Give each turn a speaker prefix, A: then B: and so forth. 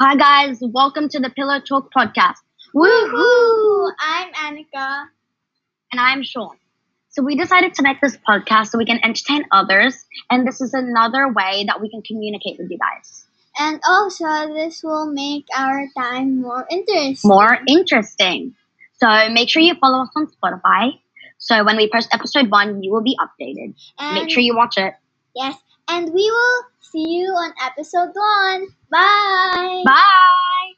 A: Hi guys, welcome to the Pillow Talk podcast.
B: Woohoo! I'm Annika.
A: And I'm Sean. So we decided to make this podcast so we can entertain others, and this is another way that we can communicate with you guys.
B: And also, this will make our time more interesting.
A: More interesting. So make sure you follow us on Spotify. So when we post episode one, you will be updated.
B: and,
A: Make sure you watch it.
B: Yes, and we will see you on episode one. Bye.
A: Bye.